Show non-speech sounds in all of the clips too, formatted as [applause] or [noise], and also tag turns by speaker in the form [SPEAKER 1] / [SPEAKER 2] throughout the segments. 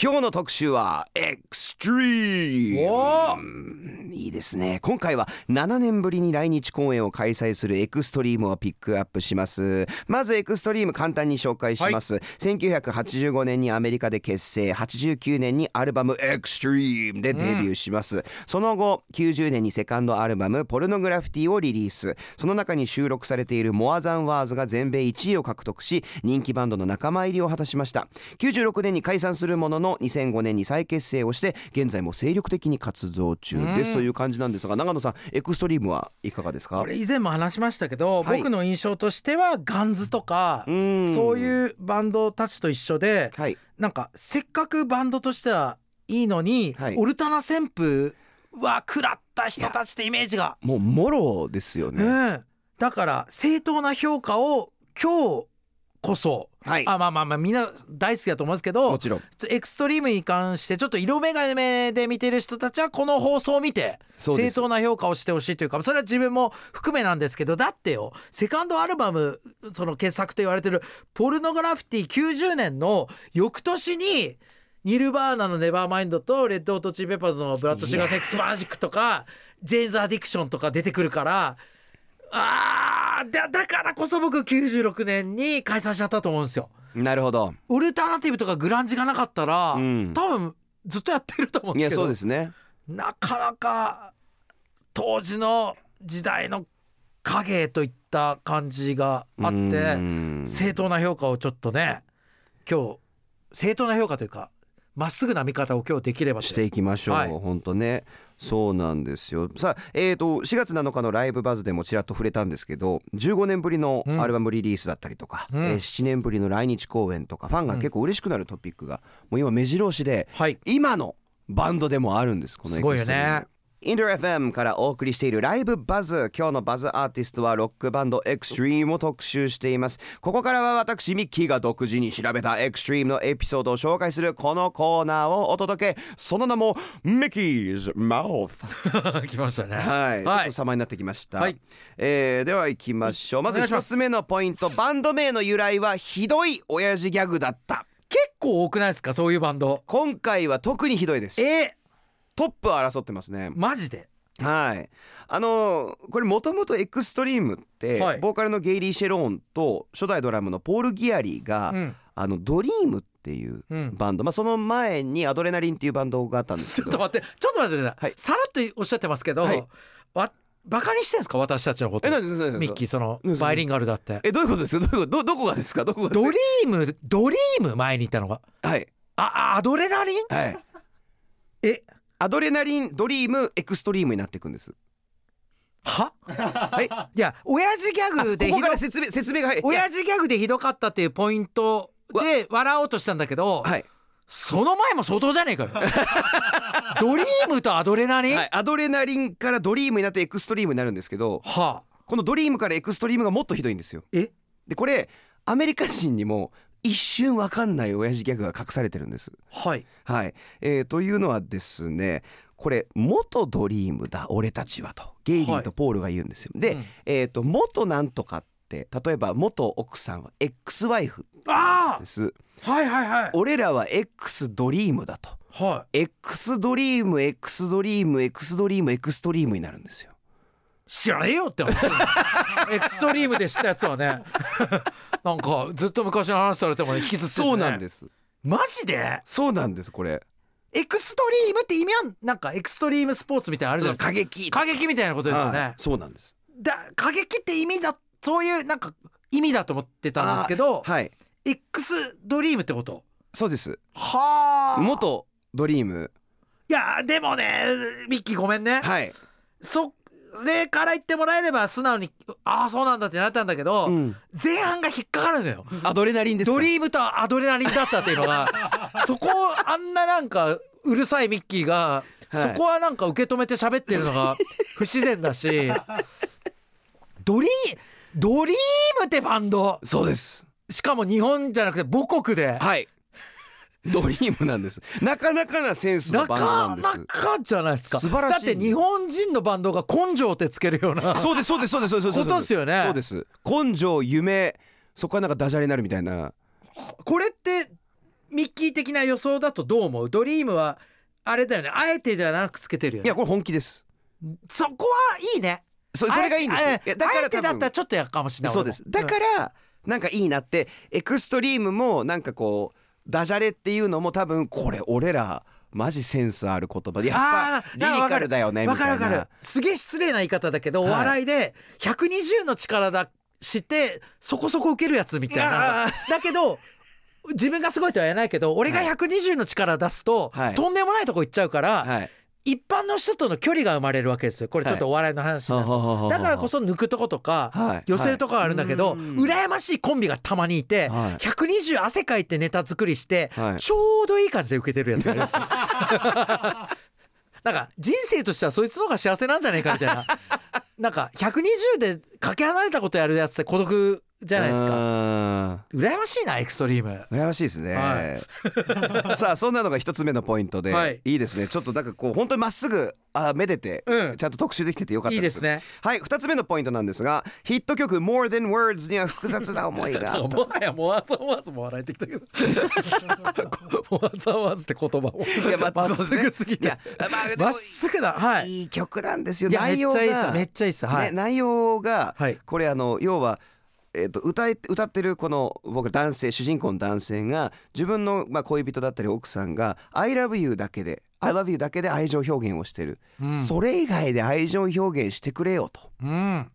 [SPEAKER 1] 今日の特集はエクストリームいいですね今回は7年ぶりに来日公演を開催するエクストリームをピックアップしますまずエクストリーム簡単に紹介します、1985年にアメリカで結成89年にアルバム「エクストリーム」でデビューします、その後90年にセカンドアルバム「ポルノグラフィティ」をリリースその中に収録されている「モアザンワーズ」が全米1位を獲得し人気バンドの仲間入りを果たしました96年に解散するものの2005年に再結成をして現在も精力的に活動中ですという感じなんですが長野さんエクストリームはいかがですか
[SPEAKER 2] これ以前も話しましたけど、
[SPEAKER 1] はい
[SPEAKER 2] 僕の印象としてはガンズとか、
[SPEAKER 1] ん
[SPEAKER 2] そういうバンドたちと一緒で
[SPEAKER 1] はい
[SPEAKER 2] なんかせっかくバンドとしてはいいのに、
[SPEAKER 1] はい
[SPEAKER 2] オルタナ旋風は食らった人たちってイメージが。
[SPEAKER 1] もうもろですよね、
[SPEAKER 2] うん、だから正当な評価を今日こそ、
[SPEAKER 1] はい
[SPEAKER 2] あまあまあまあみんな大好きだと思うんですけど
[SPEAKER 1] もちろん
[SPEAKER 2] エクストリームに関してちょっと色眼鏡で見てる人たちはこの放送を見て
[SPEAKER 1] そうで
[SPEAKER 2] 正
[SPEAKER 1] す
[SPEAKER 2] 当な評価をしてほしいというかそれは自分も含めなんですけどだってよセカンドアルバムその傑作と言われてる「ポルノグラフィティ」90年の翌年にニルバーナの「ネバーマインド」と「レッド・オート・チー・ペッパーズ」の「ブラッド・シュガー・セックス・マジック」とか「ジェイズ・アディクション」とか出てくるからあーだだからこそ僕96年に解散しちゃったと思うんですよ。
[SPEAKER 1] なるほど
[SPEAKER 2] オルタナティブとかグランジがなかったら、
[SPEAKER 1] うん
[SPEAKER 2] 多分ずっとやってると思うん
[SPEAKER 1] い
[SPEAKER 2] です
[SPEAKER 1] や
[SPEAKER 2] けど
[SPEAKER 1] そうですね
[SPEAKER 2] なかなか当時の時代の影といった感じがあっ
[SPEAKER 1] う
[SPEAKER 2] て
[SPEAKER 1] ん
[SPEAKER 2] 正当な評価をちょっとね今日正当な評価というかまっすぐな見方を今日できればと
[SPEAKER 1] していきましょう、
[SPEAKER 2] はい
[SPEAKER 1] 本当ねそうなんですよさあ、えー、と4月7日の「ライブバズ」でもちらっと触れたんですけど15年ぶりのアルバムリリースだったりとか、
[SPEAKER 2] うん
[SPEAKER 1] えー7年ぶりの来日公演とかファンが結構嬉しくなるトピックが、もう今目白押しで、
[SPEAKER 2] はい
[SPEAKER 1] 今のバンドでもあるんですこの
[SPEAKER 2] すごいよね
[SPEAKER 1] エクストリームインド FM からお送りしているライブバズ今日のバズアーティストはロックバンドエクストリームを特集していますここからは私ミッキーが独自に調べたエクストリームのエピソードを紹介するこのコーナーをお届けその名もミッキーズマウス
[SPEAKER 2] [laughs] 来ましたね
[SPEAKER 1] はい、ちょっ
[SPEAKER 2] はい
[SPEAKER 1] と様になってきました、
[SPEAKER 2] はい
[SPEAKER 1] えーでは行きましょうま
[SPEAKER 2] お
[SPEAKER 1] ず
[SPEAKER 2] 願いしま
[SPEAKER 1] 一
[SPEAKER 2] す
[SPEAKER 1] つ目のポイントバンド名の由来はひどい親父ギャグだった
[SPEAKER 2] 結構多くないですかそういうバンド
[SPEAKER 1] 今回は特にひどいです
[SPEAKER 2] え
[SPEAKER 1] トップを争ってますね
[SPEAKER 2] マジで
[SPEAKER 1] はい、あのーこれもともとエクストリームって、
[SPEAKER 2] はい
[SPEAKER 1] ボーカルのゲイリー・シェローンと初代ドラムのポール・ギアリーが、
[SPEAKER 2] うん
[SPEAKER 1] あのドリームっていう
[SPEAKER 2] うん
[SPEAKER 1] バンド、まあ、その前にアドレナリンっていうバンドがあったんです
[SPEAKER 2] ちょ
[SPEAKER 1] け
[SPEAKER 2] っと
[SPEAKER 1] ど
[SPEAKER 2] 待って、ちょっと待ってください。
[SPEAKER 1] はい
[SPEAKER 2] さらっとおっしゃってますけど、
[SPEAKER 1] はい
[SPEAKER 2] わバカにしてんですか私たちのこと。
[SPEAKER 1] えなんでなんでなんで
[SPEAKER 2] ミッキーその
[SPEAKER 1] なんで
[SPEAKER 2] バイリンガルだって。
[SPEAKER 1] えどういうことですかどういうことどどこがですかどこが
[SPEAKER 2] ドリームドリーム前に言ったのが。
[SPEAKER 1] はい
[SPEAKER 2] あアドレナリン？
[SPEAKER 1] はい
[SPEAKER 2] え
[SPEAKER 1] アドレナリンドリームエクストリームになっていくんです
[SPEAKER 2] は？
[SPEAKER 1] はい
[SPEAKER 2] いや親父ギャグで
[SPEAKER 1] こ
[SPEAKER 2] ひ
[SPEAKER 1] こ
[SPEAKER 2] ど
[SPEAKER 1] から説明説明がはい
[SPEAKER 2] 親父ギャグでひどかったっていうポイントで笑おうとしたんだけど、
[SPEAKER 1] はい、
[SPEAKER 2] その前も相当じゃねえか
[SPEAKER 1] [laughs]
[SPEAKER 2] よ。ドリームとアドレナリン？
[SPEAKER 1] は、
[SPEAKER 2] はい
[SPEAKER 1] アドレナリンからドリームになってエクストリームになるんですけど
[SPEAKER 2] あ
[SPEAKER 1] このドリームからエクストリームがもっとひどいんですよ
[SPEAKER 2] え
[SPEAKER 1] でこれアメリカ人にも一瞬わかんない親父ギャグが隠されてるんです。
[SPEAKER 2] はい。
[SPEAKER 1] はい、えーというのはですねこれ「元ドリームだ俺たちは」とゲイリーとポールが言うんですよ。で、
[SPEAKER 2] うん
[SPEAKER 1] えーと「元なんとか」って例えば元奥さんは X ワイフ
[SPEAKER 2] あ
[SPEAKER 1] です。
[SPEAKER 2] あはいはいはい
[SPEAKER 1] 俺らは X ドリームだと。
[SPEAKER 2] は
[SPEAKER 1] X ドリーム X ドリーム X ドリームエクストリームになるんですよ。
[SPEAKER 2] い。知らねえよって話。 [laughs] エクストリームで知ったやつはね [laughs] なんかずっと昔の話されてもね引きずって
[SPEAKER 1] そうなんですす。
[SPEAKER 2] マジで
[SPEAKER 1] そうなんですこれ。
[SPEAKER 2] エクストリームって意味はなんかエクストリームスポーツみたいなのあるじゃないですか
[SPEAKER 1] 過激
[SPEAKER 2] 過激みたいなことですよね、
[SPEAKER 1] はいそうなんです。
[SPEAKER 2] だ過激って意味だそういうなんか意味だと思ってたんですけど、
[SPEAKER 1] はい。
[SPEAKER 2] エックスドリームってこと
[SPEAKER 1] そうです。
[SPEAKER 2] はあ
[SPEAKER 1] 元ドリーム
[SPEAKER 2] いやでもねミッキーごめんね、
[SPEAKER 1] はい、
[SPEAKER 2] それから言ってもらえれば素直にああそうなんだってなったんだけど、
[SPEAKER 1] うん
[SPEAKER 2] 前半が引っかかるのよ
[SPEAKER 1] アドレナリンですか
[SPEAKER 2] ドリームとアドレナリンだったっていうの
[SPEAKER 1] [laughs]
[SPEAKER 2] がそこをあんななんかうるさいミッキーが、
[SPEAKER 1] はい
[SPEAKER 2] そこはなんか受け止めて喋ってるのが不自然だしドリードリームってバンド
[SPEAKER 1] そうです
[SPEAKER 2] しかも日本じゃなくて母国で
[SPEAKER 1] はいドリームなんですなかなかなセンスの
[SPEAKER 2] な
[SPEAKER 1] バンドな
[SPEAKER 2] か
[SPEAKER 1] んで
[SPEAKER 2] な
[SPEAKER 1] す
[SPEAKER 2] かじゃないですか
[SPEAKER 1] 素晴らしい
[SPEAKER 2] だって日本人のバンドが根性ってつけるような
[SPEAKER 1] そうですそうですそうですそうですそう
[SPEAKER 2] ことですよね
[SPEAKER 1] そうです根性夢そこはなんかダジャレになるみたいな
[SPEAKER 2] これってミッキー的な予想だとどう思うドリームはあれだよねあえてではなくつけてるよ
[SPEAKER 1] い
[SPEAKER 2] ね
[SPEAKER 1] やこれ本気です
[SPEAKER 2] そこはいいね
[SPEAKER 1] そそれがいいんですよ
[SPEAKER 2] あえ
[SPEAKER 1] いやだから
[SPEAKER 2] あえてだっ
[SPEAKER 1] 多分
[SPEAKER 2] たらちょっとやるかもしれない
[SPEAKER 1] そうです
[SPEAKER 2] 俺
[SPEAKER 1] だ
[SPEAKER 2] も
[SPEAKER 1] からなんかいいなってエクストリームもなんかこうダジャレっていうのも多分これ俺らマジセンスある言葉でやっ
[SPEAKER 2] あ
[SPEAKER 1] ぱ
[SPEAKER 2] ー
[SPEAKER 1] リ
[SPEAKER 2] なんかわ
[SPEAKER 1] リ
[SPEAKER 2] か
[SPEAKER 1] カ
[SPEAKER 2] る
[SPEAKER 1] ルだよねみ
[SPEAKER 2] わかる
[SPEAKER 1] た
[SPEAKER 2] わ
[SPEAKER 1] い
[SPEAKER 2] かる
[SPEAKER 1] な
[SPEAKER 2] すげえ失礼な言い方だけど、
[SPEAKER 1] はい
[SPEAKER 2] お笑いで120の力だしてそこそこ受けるやつみたい
[SPEAKER 1] あ
[SPEAKER 2] なだけど自分がすごいとは言えないけど俺が
[SPEAKER 1] はい
[SPEAKER 2] 120の力出すと、
[SPEAKER 1] はい
[SPEAKER 2] とんでもないとこ行っちゃうから、
[SPEAKER 1] はい
[SPEAKER 2] 一般の人との距離が生まれるわけですよこれちょっとお笑いの話になる、だからこそ抜くとことか、
[SPEAKER 1] はい
[SPEAKER 2] 寄せるとこはあるんだけど、
[SPEAKER 1] はいうん
[SPEAKER 2] 羨ましいコンビがたまにいて、
[SPEAKER 1] はい
[SPEAKER 2] 120汗かいてネタ作りして、
[SPEAKER 1] はい
[SPEAKER 2] ちょうどいい感じで受けてるやつがいるん
[SPEAKER 1] [laughs]
[SPEAKER 2] ですよ。なんか人生としてはそいつの方が幸せなんじゃないかみた
[SPEAKER 1] [laughs]
[SPEAKER 2] いななんか120でかけ離れたことやるやつって孤独じゃないですか
[SPEAKER 1] か
[SPEAKER 2] 羨ましいなエクストリーム
[SPEAKER 1] 羨ましいですね、
[SPEAKER 2] は
[SPEAKER 1] [laughs] さあそんなのが一つ目のポイントで、
[SPEAKER 2] はい
[SPEAKER 1] い、いですねちょっとなんかこう本当にまっすぐあめでて、
[SPEAKER 2] うん
[SPEAKER 1] ちゃんと特集できててよかった
[SPEAKER 2] いいですね
[SPEAKER 1] はい二つ目のポイントなんですがヒット曲「More Than Words」には複雑な [laughs] 思いがあった
[SPEAKER 2] もはやもわざわざも笑えてきたけど [laughs] もわざわざって言葉も
[SPEAKER 1] い [laughs] やまあ
[SPEAKER 2] まっ
[SPEAKER 1] そう
[SPEAKER 2] す
[SPEAKER 1] ね
[SPEAKER 2] ぐすぎ
[SPEAKER 1] い
[SPEAKER 2] て
[SPEAKER 1] やまあでも
[SPEAKER 2] まっすぐだはい
[SPEAKER 1] いい曲なんですよ
[SPEAKER 2] いやめっ
[SPEAKER 1] 内
[SPEAKER 2] ち
[SPEAKER 1] 容が
[SPEAKER 2] ゃいいっすめっちゃいいっすはい
[SPEAKER 1] ね、内容が、
[SPEAKER 2] はい
[SPEAKER 1] これあの要は、えー、と歌え歌ってるこの僕男性主人公の男性が自分の、まあ、恋人だったり奥さんが「I love you」だけで「I love you」だけで愛情表現をしてる、
[SPEAKER 2] うん
[SPEAKER 1] それ以外で愛情表現してくれよと
[SPEAKER 2] うん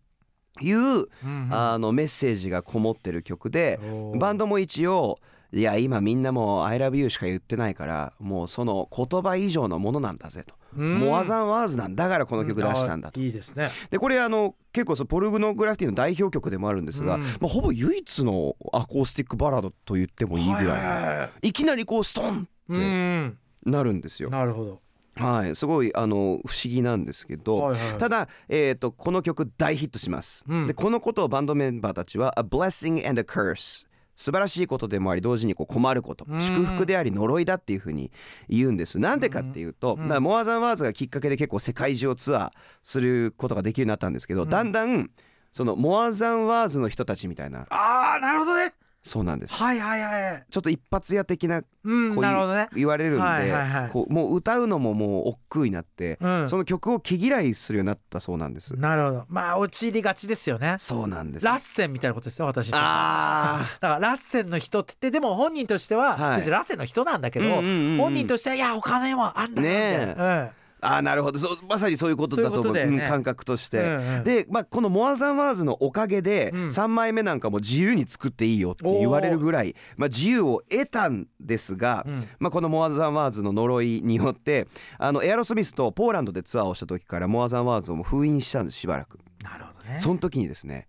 [SPEAKER 1] いう、
[SPEAKER 2] うん
[SPEAKER 1] あのメッセージがこもってる曲で
[SPEAKER 2] おー
[SPEAKER 1] バンドも一応いや今みんなもう「I love you」しか言ってないからもうその言葉以上のものなんだぜと。
[SPEAKER 2] うん
[SPEAKER 1] モアザンワーズなんだからこの曲出したんだと。
[SPEAKER 2] あいいですね
[SPEAKER 1] でこれあの結構そのポルノグラフィティの代表曲でもあるんですが、
[SPEAKER 2] うん
[SPEAKER 1] まあ、ほぼ唯一のアコースティックバラードと言ってもいいぐらい,、
[SPEAKER 2] はい
[SPEAKER 1] い
[SPEAKER 2] はいはい
[SPEAKER 1] きなりこうストン
[SPEAKER 2] う
[SPEAKER 1] っ
[SPEAKER 2] ん
[SPEAKER 1] てなるんですよ。
[SPEAKER 2] なるほど
[SPEAKER 1] はい、すごいあの不思議なんですけど、
[SPEAKER 2] はいはいはい
[SPEAKER 1] ただ、えー、とこの曲大ヒットします、
[SPEAKER 2] うん
[SPEAKER 1] でこのことをバンドメンバーたちは「A blessing and a curse」素晴らしいことでもあり同時にこう困ること
[SPEAKER 2] うん
[SPEAKER 1] 祝福であり呪いだっていうふうに言うんですなんでかっていうと、まあ、モアザンワーズがきっかけで結構世界中をツアーすることができるようになったんですけど、だんだんそのモアザンワーズの人たちみたいな
[SPEAKER 2] ああなるほどね
[SPEAKER 1] そうなんです
[SPEAKER 2] はいはいはい
[SPEAKER 1] ちょっと一発屋的な
[SPEAKER 2] うん
[SPEAKER 1] こう
[SPEAKER 2] なるほどね
[SPEAKER 1] 言われるんで、
[SPEAKER 2] はいはいはい
[SPEAKER 1] こうもう歌うのももう億劫になって、
[SPEAKER 2] うん
[SPEAKER 1] その曲を毛嫌いするようになったそうなんです。
[SPEAKER 2] なるほどまあ陥りがちですよね
[SPEAKER 1] そうなんです。
[SPEAKER 2] ラッセンみたいなことですよ私にとって
[SPEAKER 1] あ
[SPEAKER 2] だからラッセンの人って言ってでも本人としては
[SPEAKER 1] はい
[SPEAKER 2] 別にラッセンの人なんだけど、
[SPEAKER 1] うんうんうんうん
[SPEAKER 2] 本人としてはいやお金もあんだよみたいな、
[SPEAKER 1] ーあーなるほどそうまさにそういうことだと
[SPEAKER 2] そ
[SPEAKER 1] 思
[SPEAKER 2] ういうこと
[SPEAKER 1] う
[SPEAKER 2] だよね
[SPEAKER 1] うん感覚として。
[SPEAKER 2] うんうん
[SPEAKER 1] で、まあ、この「モアザンワーズ」のおかげで
[SPEAKER 2] うん
[SPEAKER 1] 3枚目なんかも自由に作っていいよって言われるぐらい、まあ、自由を得たんですが、
[SPEAKER 2] うん
[SPEAKER 1] まあ、この「モアザンワーズ」の呪いによってあのエアロスミスとポーランドでツアーをした時から「モアザンワーズ」をもう封印したんですしばらく。
[SPEAKER 2] うん、なるほどね
[SPEAKER 1] その時にですね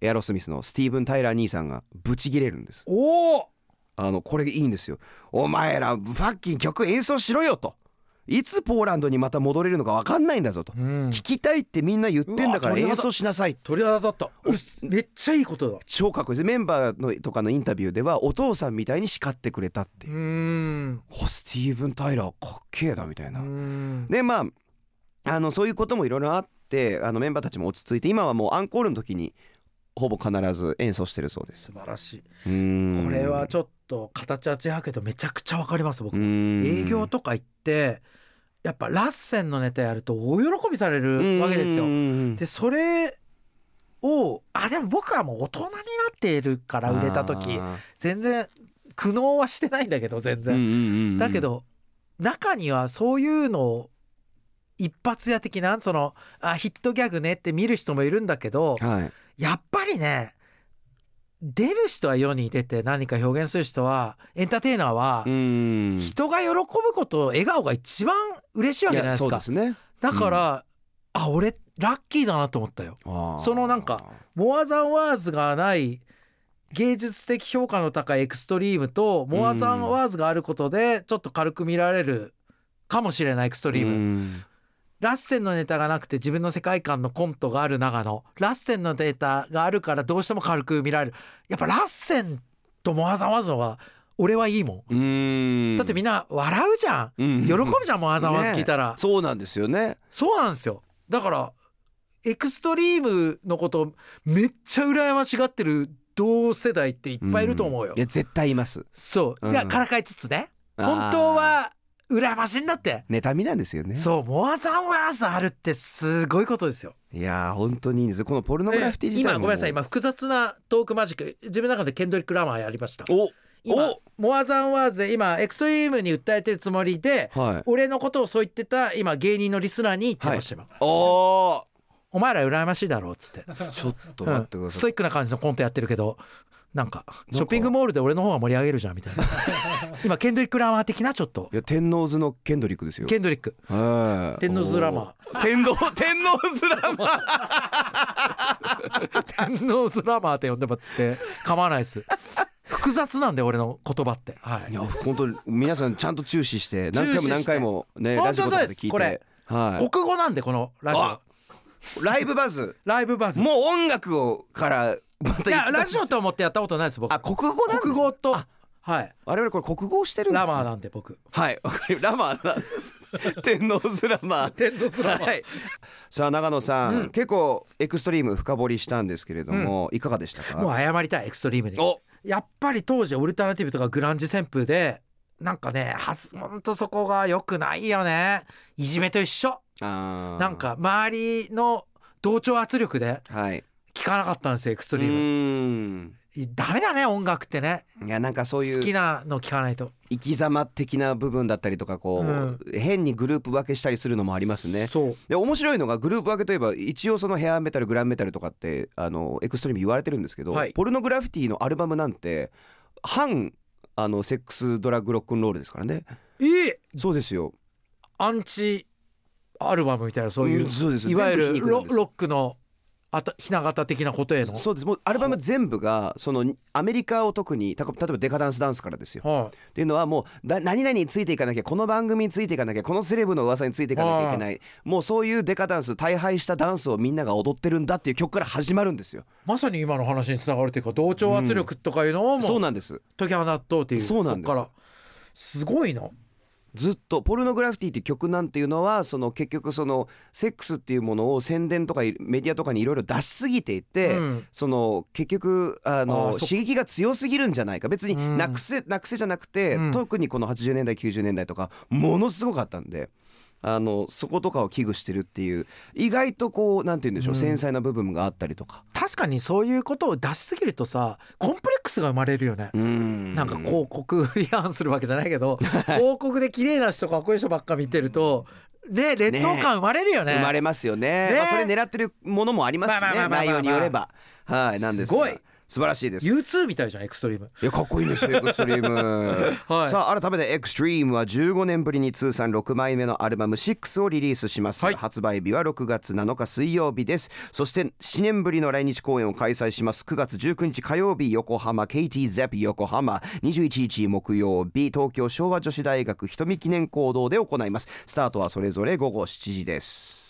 [SPEAKER 1] エアロスミスのスティーブン・タイラー兄さんがブチギレるんです
[SPEAKER 2] おお
[SPEAKER 1] あのこれいいんですよお前らファッキン曲演奏しろよといつポーランドにまた戻れるのか分かんないんだぞと、
[SPEAKER 2] ん
[SPEAKER 1] 聞きたいってみんな言ってんだか
[SPEAKER 2] うわ
[SPEAKER 1] ら
[SPEAKER 2] 鳥肌
[SPEAKER 1] 演奏しなさい
[SPEAKER 2] 鳥肌だったうっすめっちゃいいことだ
[SPEAKER 1] 超かっこいいですメンバーのとかのインタビューではお父さんみたいに叱ってくれたっていうう、
[SPEAKER 2] ーん
[SPEAKER 1] おスティーブン・タイラーかっけえなみたいな、
[SPEAKER 2] うーん
[SPEAKER 1] でまああのそういうこともいろいろあってあのメンバーたちも落ち着いて今はもうアンコールの時にほぼ必ず演奏してるそうです
[SPEAKER 2] 素晴らしい
[SPEAKER 1] こ
[SPEAKER 2] これはちょっと形は違うけどめちゃくちゃわかります僕営
[SPEAKER 1] 営
[SPEAKER 2] 業とか行ってやっぱラッセンのネタやると大喜びされるわけですよでそれをあでも僕はもう大人になっているから売れた時全然苦悩はしてないんだけど全然、だけど中にはそういうのを一発屋的なそのあヒットギャグねって見る人もいるんだけど
[SPEAKER 1] はい
[SPEAKER 2] やっぱりね出る人は世に出て何か表現する人はエンターテイナーは
[SPEAKER 1] うん
[SPEAKER 2] 人が喜ぶこと笑顔が一番嬉しいわけじゃない
[SPEAKER 1] や
[SPEAKER 2] で
[SPEAKER 1] そ
[SPEAKER 2] す
[SPEAKER 1] う
[SPEAKER 2] か
[SPEAKER 1] ですね
[SPEAKER 2] だから、あ俺ラッキーだなと思ったよ
[SPEAKER 1] あー
[SPEAKER 2] そのなんかモアザンワーズがない芸術的評価の高いエクストリームとモアザンワーズがあることでちょっと軽く見られるかもしれないエクストリーム、
[SPEAKER 1] うん
[SPEAKER 2] ラッセンのネタがなくて自分の世界観のコントがある長野ラッセンのデータがあるからどうしても軽く見られるやっぱラッセンとモアザンワーズの方が俺はいいも
[SPEAKER 1] うん
[SPEAKER 2] んだってみんな笑うじゃん
[SPEAKER 1] うん
[SPEAKER 2] 喜ぶじゃんモアザンワーズ聞いたら
[SPEAKER 1] ねそうなんですよね
[SPEAKER 2] そうなんですよだからエクストリームのことをめっちゃ羨ましがってる同世代っていっぱいいると思うよ、
[SPEAKER 1] いや絶対います
[SPEAKER 2] そう
[SPEAKER 1] うん
[SPEAKER 2] いやからかいつつね
[SPEAKER 1] あー
[SPEAKER 2] 本当は羨ましいんだって
[SPEAKER 1] 妬みなんですよね
[SPEAKER 2] そうモアザンワーズあるってすごいことですよ
[SPEAKER 1] いやー本当にいいんですこのポルノグラフィティ自体
[SPEAKER 2] 今
[SPEAKER 1] も
[SPEAKER 2] ごめんなさい今複雑なトークマジック自分の中でケンドリック・ラマーやりました
[SPEAKER 1] お
[SPEAKER 2] 今モアザンワーズで今エクストリームに訴えてるつもりで [laughs]
[SPEAKER 1] はい
[SPEAKER 2] 俺のことをそう言ってた今芸人のリスナーに言ってました、今
[SPEAKER 1] おー
[SPEAKER 2] お前ら羨ましいだろうっつって
[SPEAKER 1] ちょっと待ってくだ
[SPEAKER 2] ス
[SPEAKER 1] さ
[SPEAKER 2] ト
[SPEAKER 1] い、
[SPEAKER 2] イックな感じのコントやってるけどなんか
[SPEAKER 1] か
[SPEAKER 2] ショッピングモールで俺の方が盛り上げるじゃんみたいな
[SPEAKER 1] [laughs]
[SPEAKER 2] 今ケンドリック・ラマー的なちょっと
[SPEAKER 1] いや天王洲のケンドリックですよ
[SPEAKER 2] ケンドリッ
[SPEAKER 1] [laughs]
[SPEAKER 2] ク
[SPEAKER 1] はい
[SPEAKER 2] 天王洲ラマ
[SPEAKER 1] おー天王天王洲ラマー
[SPEAKER 2] 天皇スラマーって呼んでもらって構わないです複雑なんで俺の言葉ってはい
[SPEAKER 1] いや本当に皆さんちゃんと注視して何
[SPEAKER 2] 注視
[SPEAKER 1] 回
[SPEAKER 2] し
[SPEAKER 1] も
[SPEAKER 2] て
[SPEAKER 1] 何回もね
[SPEAKER 2] 本当
[SPEAKER 1] ラジオとかで聞い
[SPEAKER 2] そうで
[SPEAKER 1] て
[SPEAKER 2] す
[SPEAKER 1] はい
[SPEAKER 2] 国語なんでこのラジオ
[SPEAKER 1] あライブバズ
[SPEAKER 2] ライブバズ
[SPEAKER 1] もう音楽をからまた
[SPEAKER 2] いや
[SPEAKER 1] 逸脱
[SPEAKER 2] ラジオと思ってやったことないです僕
[SPEAKER 1] あ国語なんです
[SPEAKER 2] 国語とはい
[SPEAKER 1] 我々これ国語をしてるんです
[SPEAKER 2] ラ
[SPEAKER 1] ね
[SPEAKER 2] マーなんで僕
[SPEAKER 1] はいわかりラマーなんです天皇スラマー
[SPEAKER 2] 天皇スラマー
[SPEAKER 1] はいさあ長野さん、結構エクストリーム深掘りしたんですけれども、いかがでしたか
[SPEAKER 2] もう謝りたいエクストリームに
[SPEAKER 1] お
[SPEAKER 2] やっぱり当時オルタナティブとかグランジ旋風でなんかねはずほんとそこが良くないよねいじめと一緒
[SPEAKER 1] あー
[SPEAKER 2] なんか周りの同調圧力で
[SPEAKER 1] はい
[SPEAKER 2] 聞かなかったんですよエクスト
[SPEAKER 1] う
[SPEAKER 2] リーム
[SPEAKER 1] ーん
[SPEAKER 2] ダメだね音楽ってね
[SPEAKER 1] いやなんかそういう
[SPEAKER 2] 好きなの聞かないと
[SPEAKER 1] 生き様的な部分だったりとかこ
[SPEAKER 2] う
[SPEAKER 1] う、
[SPEAKER 2] ん
[SPEAKER 1] 変にグループ分けしたりするのもありますね。
[SPEAKER 2] そう
[SPEAKER 1] で面白いのがグループ分けといえば一応そのヘアメタルグランメタルとかってあのエクストリーム言われてるんですけど、
[SPEAKER 2] はい
[SPEAKER 1] ポルノグラフィティのアルバムなんて反あのセックスドラッグロックンロールですからね
[SPEAKER 2] ええ
[SPEAKER 1] そうですよ
[SPEAKER 2] アンチアルバムみたいなそういう、
[SPEAKER 1] んそうです
[SPEAKER 2] いわゆる
[SPEAKER 1] 全部皮肉なん
[SPEAKER 2] ロ
[SPEAKER 1] です
[SPEAKER 2] ロックのあたひな形的なことへの、
[SPEAKER 1] そうですもうアルバム全部がそのアメリカを特にた例えばデカダンスダンスからですよ
[SPEAKER 2] は
[SPEAKER 1] っていうのはもうだ何々についていかなきゃこの番組についていかなきゃこのセレブの噂についていかなきゃいけないもうそういうデカダンス大敗したダンスをみんなが踊ってるんだっていう曲から始まるんですよ
[SPEAKER 2] い、まさに今の話につながるというか同調圧力とかいうのをも
[SPEAKER 1] そう
[SPEAKER 2] う
[SPEAKER 1] なんです
[SPEAKER 2] 解き放とうっていう
[SPEAKER 1] そうなんです
[SPEAKER 2] こからすごいな
[SPEAKER 1] ずっとポルノグラフィティって曲なんていうのはその結局そのセックスっていうものを宣伝とかいメディアとかにいろいろ出しすぎていて、
[SPEAKER 2] うん
[SPEAKER 1] その結局あ
[SPEAKER 2] あー
[SPEAKER 1] の
[SPEAKER 2] そっか
[SPEAKER 1] 刺激が強すぎるんじゃないか別に
[SPEAKER 2] うん
[SPEAKER 1] なくせなくせじゃなくて、
[SPEAKER 2] うん
[SPEAKER 1] 特にこの80年代90年代とかものすごかったんで。あのそことかを危惧してるっていう意外とこうなんて言うんでしょう、繊細な部分があったりとか
[SPEAKER 2] 確かにそういうことを出しすぎるとさコンプレックスが生まれるよね、
[SPEAKER 1] うん
[SPEAKER 2] なんか広告違反するわけじゃないけ
[SPEAKER 1] [laughs]
[SPEAKER 2] ど広告で綺麗な人かっこいい人ばっか見てるとね劣等感生まれるよね
[SPEAKER 1] 生まれますよね
[SPEAKER 2] ね
[SPEAKER 1] まあ、それ狙ってるものもありますしね
[SPEAKER 2] まあまあまあまあ
[SPEAKER 1] 内
[SPEAKER 2] まあ
[SPEAKER 1] 容によればはいなんですが
[SPEAKER 2] すごい
[SPEAKER 1] 素晴らしいです。
[SPEAKER 2] U2 みたいじゃんエクストリーム
[SPEAKER 1] いやかっこいいんです
[SPEAKER 2] [laughs]
[SPEAKER 1] よエクストリーム、
[SPEAKER 2] はい
[SPEAKER 1] さあ改めてエクストリームは15年ぶりに通算6枚目のアルバム「6」をリリースします、
[SPEAKER 2] はい
[SPEAKER 1] 発売日は6月7日水曜日ですそして7年ぶりの来日公演を開催します9月19日火曜日横浜 KT ゼピ横浜21日木曜日東京昭和女子大学瞳記念講堂で行いますスタートはそれぞれ午後7時です